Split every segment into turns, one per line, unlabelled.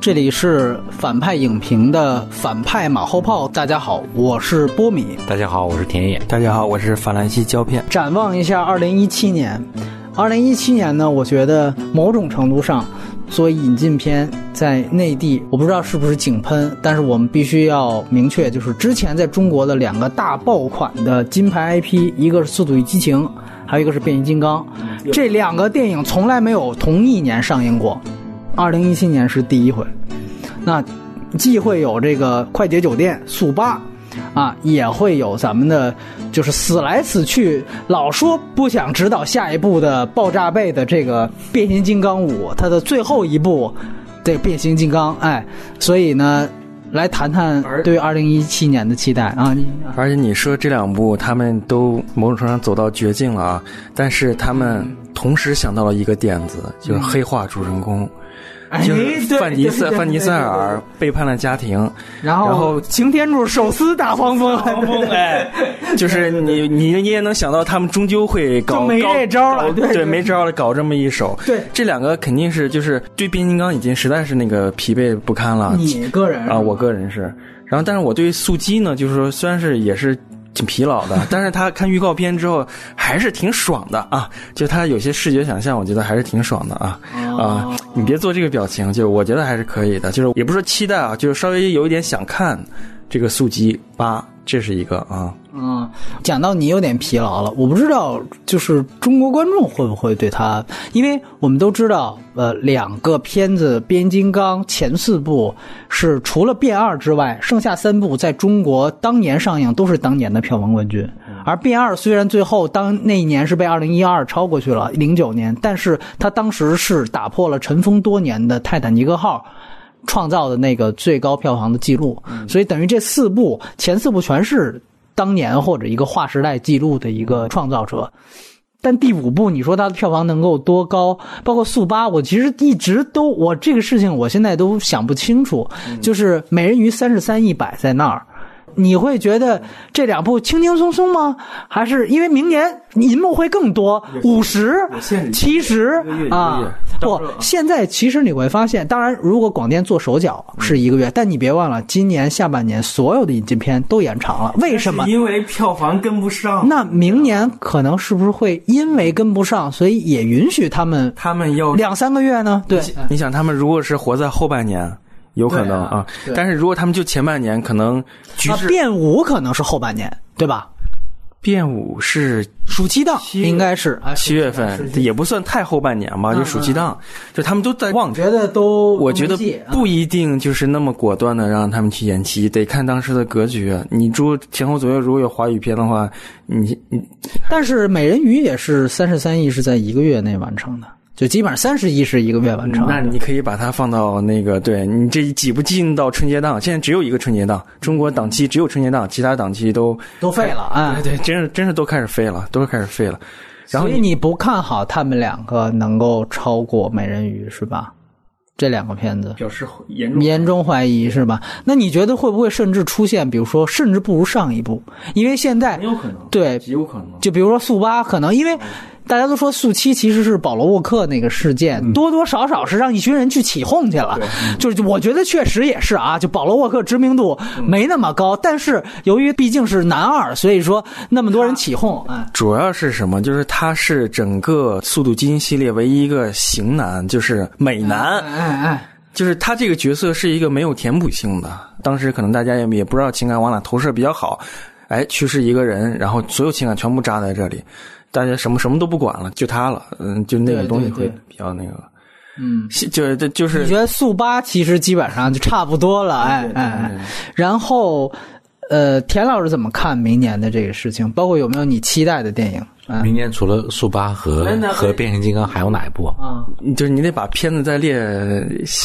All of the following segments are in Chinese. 这里是反派影评的反派马后炮。大家好，我是波米。
大家好，我是田野。
大家好，我是法兰西胶片。
展望一下二零一七年，二零一七年呢，我觉得某种程度上，作为引进片在内地，我不知道是不是井喷，但是我们必须要明确，就是之前在中国的两个大爆款的金牌 IP，一个是《速度与激情》，还有一个是《变形金刚》，这两个电影从来没有同一年上映过。二零一七年是第一回，那既会有这个《快捷酒店》《速八》，啊，也会有咱们的就是死来死去老说不想指导下一部的爆炸辈的这个《变形金刚五》，它的最后一部这个《变形金刚》，哎，所以呢，来谈谈对二零一七年的期待啊，你
而且你说这两部他们都某种程度上走到绝境了啊，但是他们同时想到了一个点子，就是黑化主人公。哎就是范尼塞范尼塞尔背叛了家庭，
然
后
擎天柱手撕大黄蜂，
哎，就是你你你也能想到他们终究会搞
就没
搞
这招了
搞
对对
对，没招了，搞这么一手。
对
这两个肯定是就是对变形金刚已经实在是那个疲惫不堪了。
你个人
啊，我个人是，然后但是我对速激呢，就是说虽然是也是。挺疲劳的，但是他看预告片之后还是挺爽的啊！就他有些视觉想象，我觉得还是挺爽的啊
哦
啊！你别做这个表情，就是我觉得还是可以的，就是也不是说期待啊，就是稍微有一点想看这个速激八，这是一个啊。
嗯，讲到你有点疲劳了，我不知道就是中国观众会不会对他，因为我们都知道，呃，两个片子《变形金刚》前四部是除了《变二》之外，剩下三部在中国当年上映都是当年的票房冠军。而《变二》虽然最后当那一年是被二零一二超过去了，零九年，但是它当时是打破了尘封多年的《泰坦尼克号》。创造的那个最高票房的记录，所以等于这四部前四部全是当年或者一个划时代记录的一个创造者。但第五部，你说它的票房能够多高？包括速八，我其实一直都我这个事情我现在都想不清楚，
嗯
就是《美人鱼》三十三亿摆在那儿。你会觉得这两部轻轻松松吗？还是因为明年银幕会更多，五十
限、制
七十
一个月一个
啊
月？
不，现在其实你会发现，当然，如果广电做手脚是一个月，但你别忘了，今年下半年所有的引进片都延长了，为什么？
因为票房跟不上，
那明年可能是不是会因为跟不上，所以也允许他们
他们要
两三个月呢？对，
你想，他们如果是活在后半年，有可能啊，但是如果他们就前半年，可能局
啊，
势
变五可能是后半年，对吧？
变五是
暑期档应该是啊，
七月份，也不算太后半年吧，就暑期档，就他们都在旺季。
得都
我觉得不一定就是那么果断的让他们去延期，得看当时的格局。你如前后左右如果有华语片的话，你你
但是美人鱼也是三十三亿是在一个月内完成的，就基本上三十亿是一个月完成的。
嗯那你可以把它放到那个，对你这挤不进到春节档。现在只有一个春节档，中国档期只有春节档，其他档期都
都废了啊！
对对，真是真是都开始飞了，都开始飞了。然后
所以你不看好他们两个能够超过美人鱼是吧？这两个片子
表示严
严重怀疑是吧？那你觉得会不会甚至出现，比如说甚至不如上一部？因为现在
有可能，
对，
极有可能。
就比如说速八，可能因为大家都说速七其实是保罗沃克那个事件，多多少少是让一群人去起哄去了。就是我觉得确实也是啊，就保罗沃克知名度没那么高，但是由于毕竟是男二，所以说那么多人起哄，哎，
主要是什么？就是他是整个《速度基因》系列唯一一个型男，就是美男，
哎哎，
就是他这个角色是一个没有填补性的。当时可能大家也也不知道情感往哪投射比较好，哎，去世一个人，然后所有情感全部扎在这里，大家什么什么都不管了，就他了，嗯，就那个
对
东西
对
会
对
比较那个，
嗯。
是就是这就是
你觉得速八其实基本上就差不多了，哎哎哎。然后，呃，田老师怎么看明年的这个事情？包括有没有你期待的电影？嗯
明年除了速八和和变形金刚，还有哪一部？
啊，
就是你得把片子再列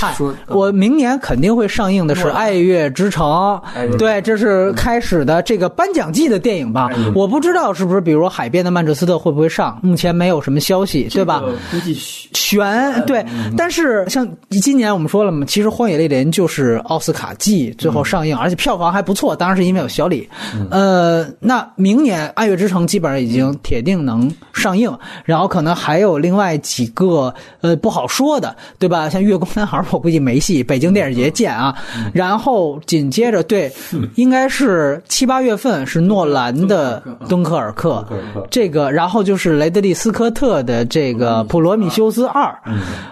嗨
说。
嗯
我明年肯定会上映的是《爱乐之城》，
哎
对，这是开始的这个颁奖季的电影
哎
吧？
嗯
我不知道是不是，比如《海边的曼彻斯特》会不会上，目前没有什么消息，对吧？
嗯估计嗯是
悬对，但是像今年我们说了嘛，其实《荒野猎人》就是奥斯卡季最后上映，
嗯
而且票房还不错，当然是因为有小李。呃，那明年《爱乐之城》基本上已经铁定能上映。然后可能还有另外几个呃不好说的，对吧？像《月光男孩》，我估计没戏，北京电影节见啊。然后紧接着，对，应该是七八月份是诺兰的《敦刻尔克》，嗯这个，然后就是雷德利·斯科特的这个《普罗米修斯二》。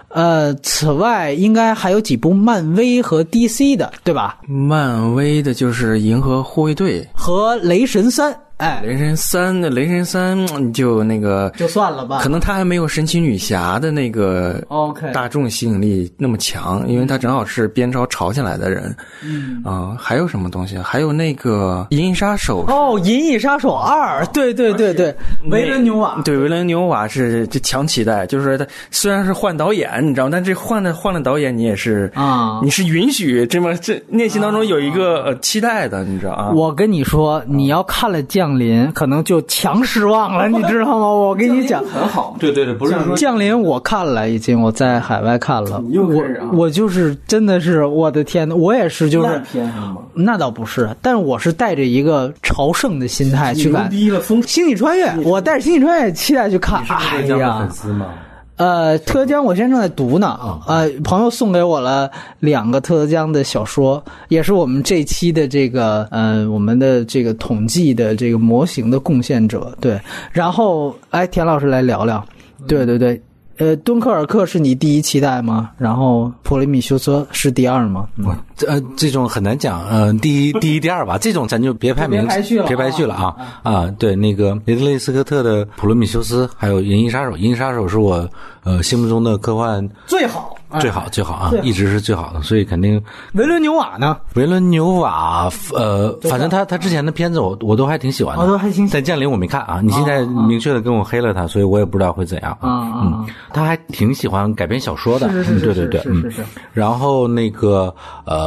呃，此外应该还有几部漫威和 DC 的，对吧？
漫威的就是《银河护卫队
和《雷神三》，》，哎，
雷神三，那雷神三嗯就那个，
就算了吧。哦
可能他还没有神奇女侠的那个
OK，
大众吸引力那么强，因为他正好是边超炒起来的人。嗯啊、还有什么东西？还有那个《银翼杀手》
哦，《银翼杀手二》，对对对对，维伦纽瓦，
对，维伦纽瓦是这强期待，就是他虽然是换导演，你知道吗，但这换了换了导演，你也是
啊
你是允许这么这内心当中有一个、呃期待的，你知道啊？
我跟你说，你要看了《降临》，可能就强失 望了，你知道吗？我跟你讲，
很好，
啊对对对，不是
《降临》我看了，已经我在海外看了，
你又开始啊
我我就是真的是我的天呐，我也是就是
烂片是吗？
那倒不是，但是我是带着一个朝圣的心态去
牛
看《
逼了，风
星际穿越》，我带着《星际穿越》期待去看，哎
这样的
呀
粉。丝吗？
呃，特江我现在正在读呢，呃，朋友送给我了两个特江的小说，也是我们这期的这个呃我们的这个统计的这个模型的贡献者，对。然后，哎，田老师来聊聊，对对对，呃，敦刻尔克是你第一期待吗？然后普雷米修斯是第二吗？嗯
这呃，这种很难讲，呃， 第一、第一、第二吧，这种咱就别排名，
别排序了
别排序了啊啊！对，那个雷德利·斯科特的《普罗米修斯》，还有《银翼杀手》，《银翼杀手》是我呃心目中的科幻
最好，哎
最好最好啊
最，好
一直是最好的，所以肯定
维伦纽瓦呢？
维伦纽瓦，呃，反正他他之前的片子我我都还挺喜欢的，
我都还挺喜
但降临我没看啊，你现在明确的跟我黑了他，所以我也不知道会怎样
啊啊啊
嗯，他还挺喜欢改编小说的，
是是是
嗯对对对，
是是是
嗯
是
然后那个呃，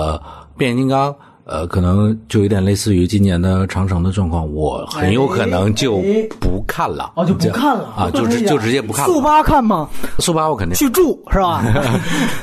变形金刚。呃，可能就有点类似于今年的长城的状况，我很有可能就不看了，
哎哦就不看了哎
啊，就直就直接不看了。
速八看吗？
速八我肯定
去住是 吧？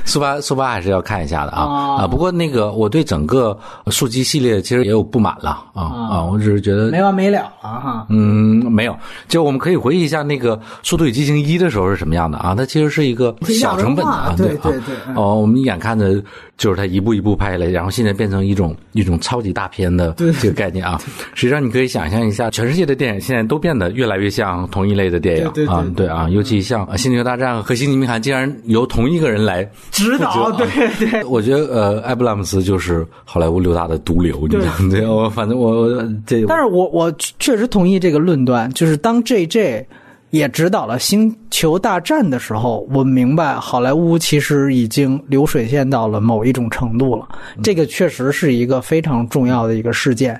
速八速八还是要看一下的啊
啊
啊！不过那个我对整个速激系列其实也有不满了啊啊！我只是觉得
哦没完没了了哈。
嗯，没有，就我们可以回忆一下那个《速度与激情一》的时候是什么样的啊？它其实是一个小成本的啊，
是亚文化
啊
对对对嗯
哦，我们眼看着就是它一步一步拍下来，然后现在变成一种一种超级大片的这个概念啊。实际上，你可以想象一下，全世界的电影现在都变得越来越像同一类的电影
对对对嗯
啊，对啊，尤其像呃《星球大战》和《星际迷航》，竟然由同一个人来
指
啊
导，对对，
我觉得呃，艾布拉姆斯就是好莱坞六大的毒瘤，你知道吗？ 对，我反正我我这，
但是我我确实同意这个论断，就是当 J J 也指导了《星球大战》的时候，我明白好莱坞其实已经流水线到了某一种程度了。这个确实是一个非常重要的一个事件。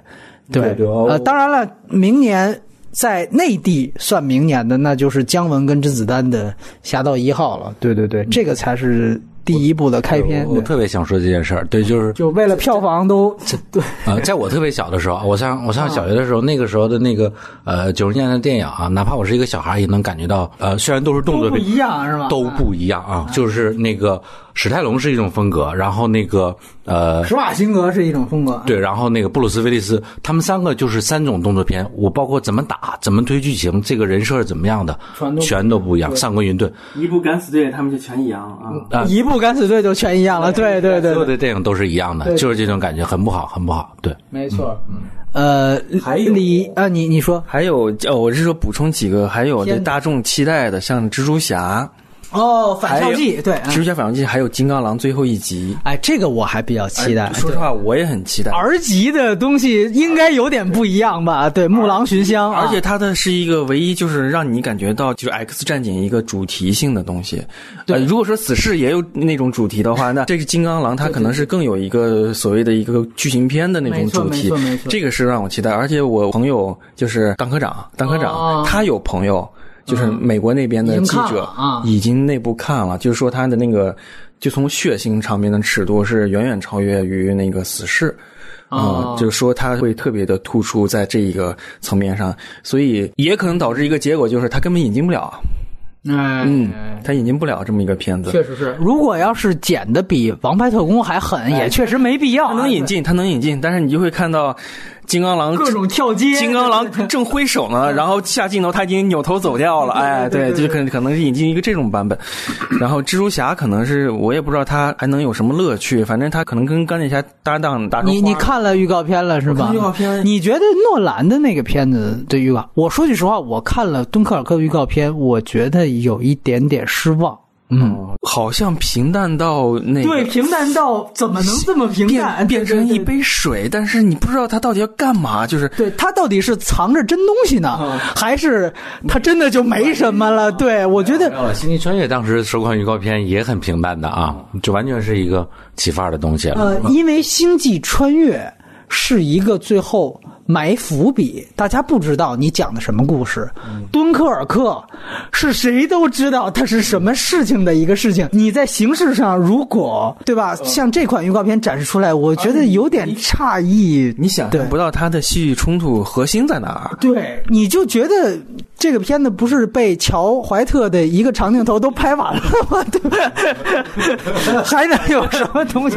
对
对对哦
呃，当然了，明年。在内地算明年的，那就是姜文跟甄子丹的《侠盗一号》了。对对对，这个才是第一部的开篇。
我我
对
特别想说这件事儿，对，就是
就为了票房都对
呃，在我特别小的时候，我上我
嗯
上小学的时候，那个时候的那个呃九十年代的电影啊，哪怕我是一个小孩儿，也能感觉到，呃，虽然都是动作
都不
片，
一样嗯是吧？
都不一样啊，就是那个史泰龙是一种风格，然后那个呃
施瓦辛格是一种风格，
对，然后那个布鲁斯·威利斯，他们三个就是三种动作片，我包括怎么打、怎么推剧情，这个人设是怎么样的，全都不一样。上官云顿，
一部敢死队他们就全一样啊。
啊
一部敢死队就全一样了。对对对
所有的电影都是一样的，
对
就是这种感觉，很不好，很不好。对，
没错。呃，
还有
李啊，你你说
还有，呃，我是说补充几个，还有这
天哪
大众期待的，像蜘蛛侠、
哦，反
还
校
有
记对，
蜘蛛侠反抗记，还有金刚狼最后一集。
哎，这个我还比较期待。
说实话，我也很期待。
儿级的东西应该有点不一样吧？对，木狼寻香，啊
而且它的是一个唯一，就是让你感觉到就是 X 战警一个主题性的东西。对、如果说死侍也有那种主题的话，那这个金刚狼它可能是更有一个所谓的一个剧情片的那种主
没
题
错没错没错，
这个是让我期待。而且我朋友就是当科长，当科长、
哦嗯
他有朋友。就是美国那边的
已经
记
看了
者
啊
已经内部看了，就是说他的那个，就从血腥场面的尺度是远远超越于那个死侍，啊、
哦
就是说它会特别的突出在这一个层面上，所以也可能导致一个结果就是它根本引进不了，啊
嗯
嗯，
哎
它引进不了这么一个片子。
实是。如果要是剪的比《王牌特工》还狠，也确实没必要啊。
它能引进，它能引进，但是你就会看到金刚狼
各种跳街，
金刚狼正挥手呢，然后下镜头他已经扭头走掉了，哎，对，就可能可能是引进一个这种版本，然后蜘蛛侠可能是我也不知道他还能有什么乐趣，反正他可能跟钢铁侠搭档打成
你你
花
看了预告片了是吧？
看预告片
你觉得诺兰的那个片子的预告？我说句实话，我看了敦刻尔克的预告片，我觉得有一点点失望。
嗯，好像平淡到那个
对，平淡到怎么能这么平
变
淡？
变成一
对。
杯水，但是你不知道他到底要干嘛，就是
对他到底是藏着真东西呢，
嗯
还是他真的就没什么了？对我觉得，
呃，《星际穿越》当时首款预告片也很平淡的啊，这完全是一个起范儿的东西了。
呃，因为《星际穿越》是一个最后埋伏笔，大家不知道你讲的什么故事。敦刻尔克是谁都知道它是什么事情的一个事情。你在形式上如果对吧，像这款预告片展示出来，我觉得有点诧异。
你想
对
象不到他的戏剧冲突核心在哪儿。
对，你就觉得这个片子不是被乔怀特的一个长镜头都拍完了吗？ 对吧？还能有什么东西？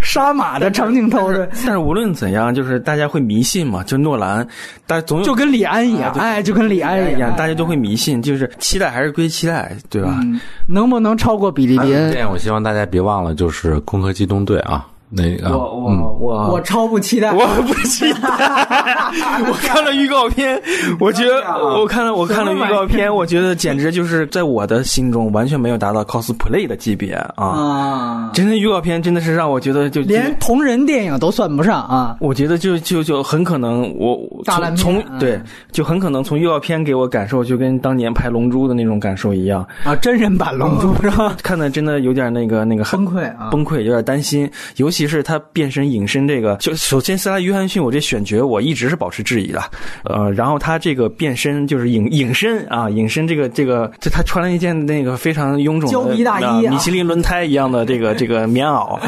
杀马的长镜头是。
但是无论怎样，就是大家会迷信嘛，就诺兰，大家总有
就跟李安一样，哎，就跟李安一
一样，
样，
大家都会迷信，就是期待还是归期待，对吧？
能不能超过比利林？
这样，我希望大家别忘了，就是《攻壳机动队》啊，那个
我我我
我超不期待，
我不期待， 我看了预告片，我觉得我看了我看了预告片，我觉得简直就是在我的心中完全没有达到 cosplay 的级别啊！
啊，
真的预告片真的是让我觉得就
连同人电影都算不上啊。
我觉得就就就很可能我我
大烂
从
片
从
嗯
对就很可能从预告片给我感受就跟当年拍《龙珠》的那种感受一样，
啊，真人版龙珠是吧？
看的真的有点那个那个
崩溃啊！
崩溃，有点担心，尤其是他变身隐身这个，就首先斯拉约翰逊，我这选角我一直是保持质疑的，呃，然后他这个变身就是隐隐身啊，隐身这个这个，这他穿了一件那个非常臃肿的
胶皮大衣啊
呃米其林轮胎一样的这个这个棉袄，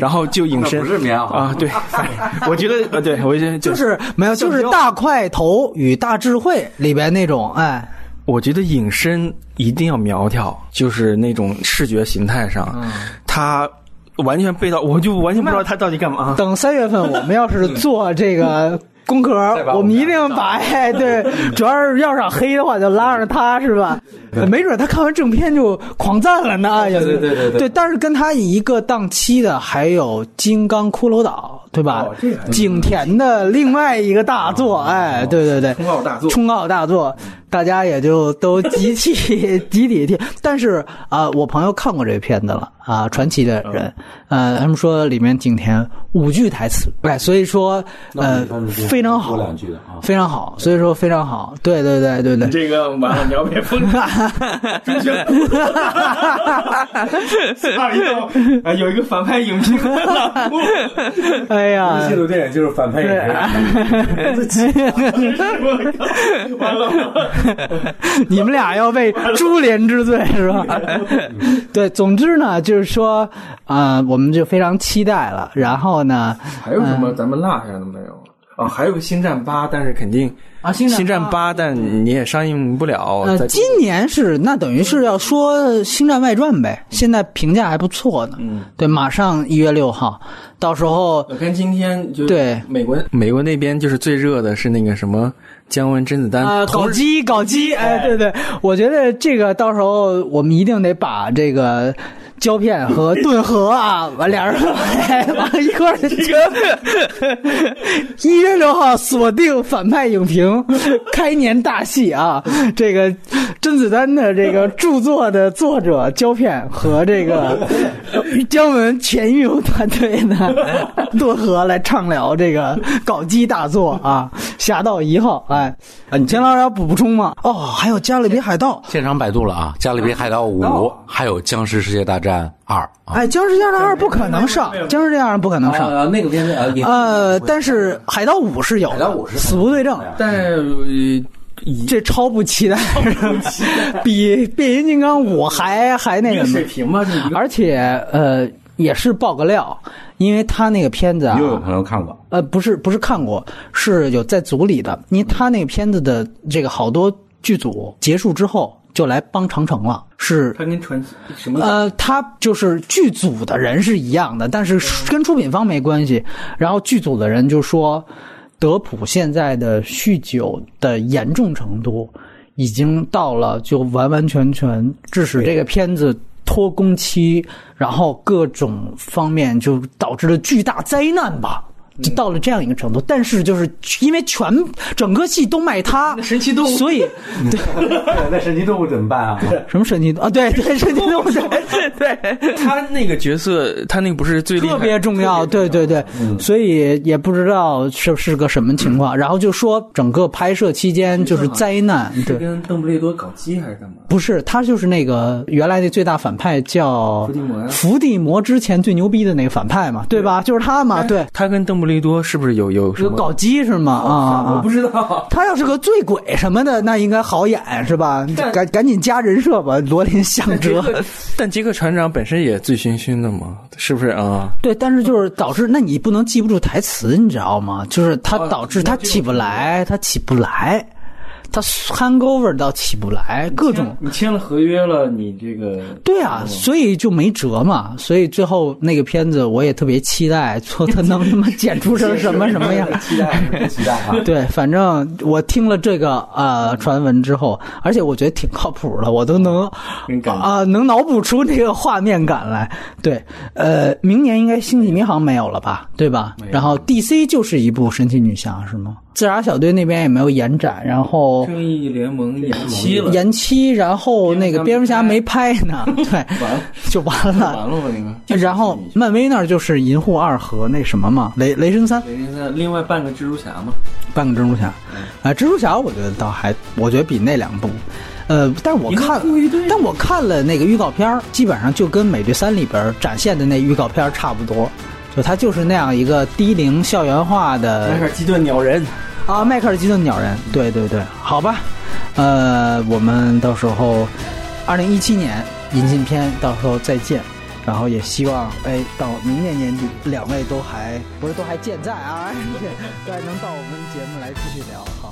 然后就隐身，
那不是棉袄
啊，对，反正我觉得呃，对我觉得
就。是没有，就是大块头与大智慧里边那种，哎，
我觉得隐身一定要苗条，就是那种视觉形态上，他完全背到，我就完全不知道他到底干嘛。
等三月份我们要是做这个工壳， 我们一定把哎对， 主要是要想黑的话就拉上他是吧？没准他看完正片就狂赞了呢。哎对对对对对。但是跟他一个档期的还有《金刚骷髅岛》，对吧？
哦
景甜的另外一个大作，哎，对对对，
哦冲奥大作
冲奥大作，大家也就都集体 集体听。但是啊、我朋友看过这个片子了啊、传奇
嗯
的人，呃，他们说里面景甜五句台词，哎，所以说呃非常好，
啊
非常好，所以说非常好，对对对对对。
这个完了，你要被封
二一刀，啊，有一个反派影评，
哎呀
纪，录电影就是反派演员，
完了，
你们俩要被株连之罪是吧？对，总之呢，就是说，啊，我们就非常期待了。然后呢，
还有什么咱们落下的没有？啊，还有个《星战八》，但是肯定
啊，
《
星
星战八》，但你也上映不了。
呃
在，
今年是那等于是要说《星战外传》呗，现在评价还不错呢。嗯，对，马上一月六号，到时候
我看今天就
对
美国美国那边就是最热的是那个什么姜文甄子丹
啊，
同
搞
日
基搞基，哎，对对，我觉得这个到时候我们一定得把这个胶片和顿河啊，完俩人 哎往一块儿去。一月六号锁定反派影评，开年大戏啊！这个甄子丹的这个著作的作者胶片和这个 姜文全运动团队 的顿河来畅聊这个搞基大作啊，《侠盗一号》哎。啊，你钱老师要补补充吗？哦，还有《加勒比海盗
现场百度了啊，《加勒比海盗五》还有《僵尸世界大战二》》啊，
哎，《僵尸加勒二》不可能上，《僵尸加勒二》不可能上。
啊，那个片子啊，也
呃，但是《海盗五》是有的，《
海盗五是啊
死无对证，
但是呃以
这超不期待，比《变形金刚五》还还那个什么，
平吧，这
而且呃也是爆个料，因为他那个片子啊，
又有朋友看过，
呃，不是不是看过，是有在组里的，因为他那个片子的这个好多剧组结束之后就来帮长城了，是
他跟传奇什么？
呃，他就是剧组的人是一样的，但是跟出品方没关系。然后剧组的人就说，德普现在的酗酒的严重程度，已经到了就完完全全致使这个片子拖工期，然后各种方面就导致了巨大灾难吧。
嗯
就到了这样一个程度，但是就是因为全整个戏都卖他，
神奇动物
所以
那神奇动物怎么办啊？
什么神奇啊？对对，神奇动物对 对。
他那个角色，他那个不是最厉害
特别重要，对对对，所以也不知道是是个什么情况。然后就说整个拍摄期间就是灾难，对，
跟邓布利多搞基还是干嘛？
不是他就是那个原来那最大反派叫
伏地魔呀
伏地魔之前最牛逼的那个反派嘛，对吧？就是他嘛，对，
他跟邓布利多是不是有有什
有
么
搞基是吗？啊啊，
我
啊
不知道。
他要是个醉鬼什么的，那应该好演是吧？
但
赶赶紧加人设吧，罗琳向哲。
但杰克船长本身也醉醺醺的嘛，是不是啊？
对，但是就是导致，那你不能记不住台词，你知道吗？就是它
啊
导致它起不来，它起不来，它 hangover 到起不来，各种。
你签了合约了，你这个
对啊，所以就没辙嘛。所以最后那个片子，我也特别期待，说它能他妈剪出 成什么什么样。
期待，期待啊！
对，反正我听了这个呃传闻之后，而且我觉得挺靠谱的，我都能
很感
啊、能脑补出那个画面感来。对，呃，明年应该《星际迷航》没有了吧？对吧？然后 DC 就是一部神奇女侠，是吗？自杀小队那边也没有延展，然 后
正义联盟延期了，
延期，然后那个蝙蝠侠没拍呢，对，就完
完了
了。
吧？那个，
然后漫威那儿就是银护二和那什么嘛，雷雷神三，
雷神三另外半个蜘蛛侠嘛，
半个蜘蛛侠，啊、蜘蛛侠我觉得倒还，我觉得比那两部，呃，但我
一个
看
护卫队，
但我看了那个预告片儿，基本上就跟《美队三》里边展现的那预告片儿差不多，就它就是那样一个低龄校园化的
迈克尔基顿鸟人，
啊，迈克尔基顿鸟人，对对对，好吧，呃，我们到时候二零一七年引进片，到时候再见。然后也希望，哎，到明年年底， 两位都还不是都还健在啊，对，都还能到我们节目来继续聊，好。